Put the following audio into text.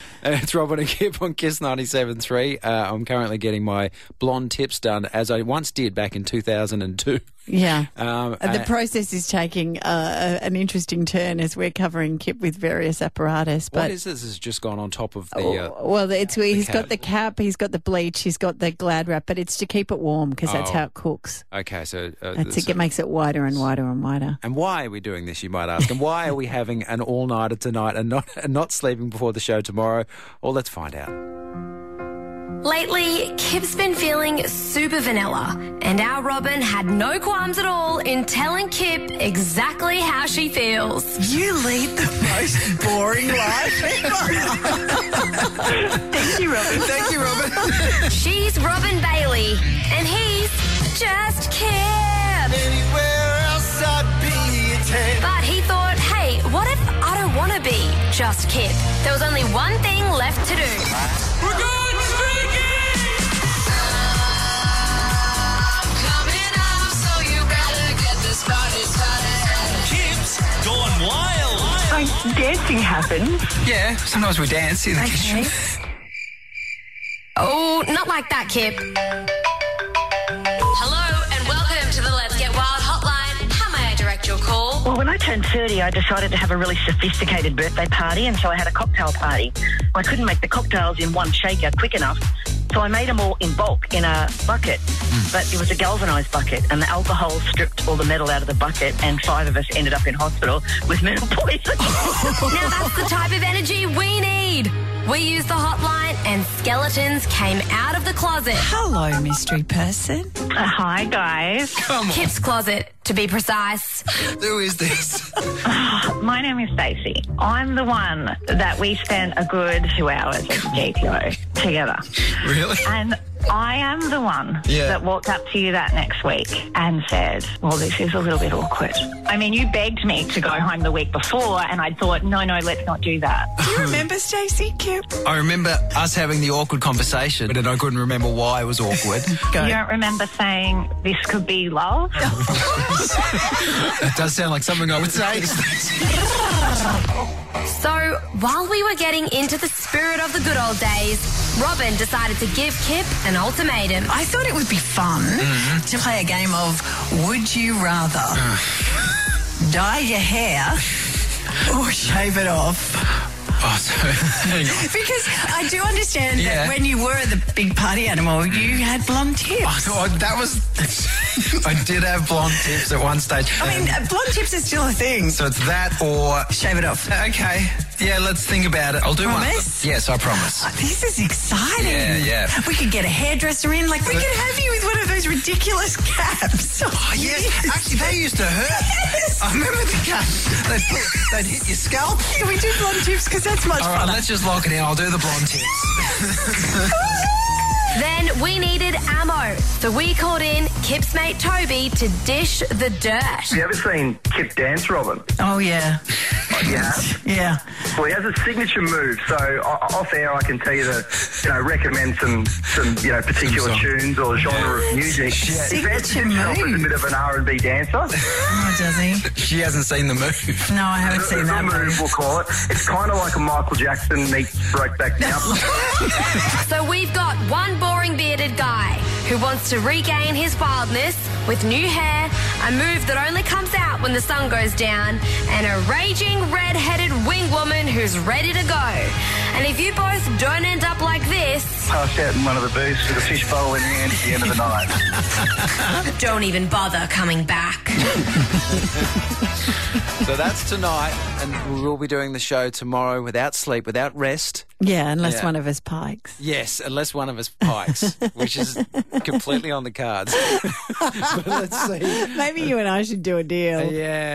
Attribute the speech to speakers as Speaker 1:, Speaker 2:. Speaker 1: Uh, it's Robin and Kip on Kiss 97.3. Uh, I'm currently getting my blonde tips done, as I once did back in 2002.
Speaker 2: Yeah.
Speaker 1: Um,
Speaker 2: Uh, the
Speaker 1: uh,
Speaker 2: process is taking uh, a- an interesting turn as we're covering Kip with various apparatus. But Oh.
Speaker 1: what is this? This has just gone on top of the. Uh,
Speaker 2: well, it's he's
Speaker 1: cap.
Speaker 2: got the cap, he's got the bleach, he's got the Glad wrap, but it's to keep it warm because that's
Speaker 1: Oh.
Speaker 2: how it cooks.
Speaker 1: okay, so. Uh,
Speaker 2: That's it.
Speaker 1: so-
Speaker 2: It makes it wider and wider and wider.
Speaker 1: and why are we doing this, you might ask? And why are we having an all nighter tonight and not, and not sleeping before the show tomorrow? Well, let's find out.
Speaker 3: Lately, Kip's been feeling super vanilla, and our Robin had no qualms at all in telling Kip exactly how she feels.
Speaker 4: You lead the most boring life Thank you, Robin. Thank you, Robin.
Speaker 3: She's Robin Bailey, and he's just Kip.
Speaker 4: Anywhere else I'd be a ten.
Speaker 3: But he thought, hey, what if I don't want to be just Kip? There was only one thing left to do.
Speaker 5: We're going streaking!
Speaker 6: I'm coming up, so you better get this party started.
Speaker 5: Kip's gone wild!
Speaker 7: Like dancing happens.
Speaker 4: Yeah, sometimes we dance in the kitchen.
Speaker 3: Oh, not like that, Kip. Hello, and welcome to the Let's Get Wild hotline. How may I direct your call?
Speaker 7: Well, when I turned 30, I decided to have a really sophisticated birthday party, and so I had a cocktail party. I couldn't make the cocktails in one shaker quick enough, so I made them all in bulk in a bucket, but it was a galvanized bucket, and the alcohol stripped all the metal out of the bucket, and five of us ended up in hospital with metal poisoning.
Speaker 3: Now that's the type of energy we need. We used the hotline and skeletons came out of the closet.
Speaker 4: Hello, mystery person.
Speaker 7: Hi, guys.
Speaker 3: Kip's closet, to be precise.
Speaker 4: Who is this?
Speaker 7: My name is Stacey. I'm the one that we spent a good two hours at GPO together.
Speaker 4: Really?
Speaker 7: And I am the one
Speaker 4: Yeah.
Speaker 7: that walked up to you that next week and said, Well, this is a little bit awkward. I mean, you begged me to go home the week before, and I thought, No, no, let's not do that.
Speaker 4: You remember Stacey Kip? I remember us having the awkward conversation, and I couldn't remember why it was awkward.
Speaker 7: You don't remember saying this could be love?
Speaker 4: It does sound like something I would say.
Speaker 3: So while we were getting into the spirit of the good old days, Robin decided to give Kip an ultimatum.
Speaker 6: I thought it would be fun
Speaker 4: Mm-hmm.
Speaker 6: to play a game of Would You Rather Dye Your Hair or Shave It Off?
Speaker 4: oh, so hang on.
Speaker 6: Because I do understand
Speaker 4: Yeah.
Speaker 6: that when you were the big party animal, you had blonde
Speaker 4: I
Speaker 6: tips.
Speaker 4: thought Oh, that was. I did have blonde tips at one stage.
Speaker 6: I mean, uh, blonde tips is still a thing.
Speaker 4: so it's that or.
Speaker 6: Shave it off.
Speaker 4: Okay. Yeah, let's think about it. I'll do one.
Speaker 6: Promise? Oh,
Speaker 4: Yes, I promise.
Speaker 6: This is exciting.
Speaker 4: Yeah, yeah.
Speaker 6: We could get a hairdresser in. Like, we could have you with one of those ridiculous caps. Oh,
Speaker 4: Actually, they used to hurt.
Speaker 6: Yes.
Speaker 4: I remember the cut. They'd, they'd hit your scalp.
Speaker 6: Yeah, we do blonde tips because that's much
Speaker 4: All
Speaker 6: fun.
Speaker 4: right, let's just lock it in. I'll do the blonde tips.
Speaker 3: Then we needed ammo. So we called in Kip's mate Toby to dish the dirt.
Speaker 8: You ever seen Kip dance, Robin?
Speaker 6: Oh, yeah.
Speaker 8: Yeah.
Speaker 6: Yeah.
Speaker 8: Well, he has a signature move, so o- off air I can tell you to, you know, recommend some, some you know, particular
Speaker 4: Some song.
Speaker 8: tunes or genre of music. He fancies
Speaker 6: Signature
Speaker 8: himself
Speaker 6: move.
Speaker 8: as a bit of an R&B dancer.
Speaker 6: Oh, does he?
Speaker 4: She hasn't seen the move.
Speaker 6: No, I haven't
Speaker 8: The
Speaker 6: seen that.
Speaker 8: move,
Speaker 6: one.
Speaker 8: we'll call it. It's kind of like a Michael Jackson meets Brokeback Mountain.
Speaker 3: So we've got one boring bearded guy who wants to regain his wildness with new hair, a move that only comes out when the sun goes down, and a raging red-headed wing woman who's ready to go. And if you both don't end up like this,
Speaker 8: Passed out in one of the booths with a fish bowl in hand at the end of the night.
Speaker 3: don't even bother coming back.
Speaker 1: So that's tonight, and we'll be doing the show tomorrow without sleep, without rest.
Speaker 2: Yeah, unless
Speaker 1: Yeah.
Speaker 2: one of us pikes.
Speaker 1: Yes, unless one of us pikes, which is completely on the cards. but let's see.
Speaker 2: Maybe you and I should do a deal.
Speaker 1: Uh, Yeah.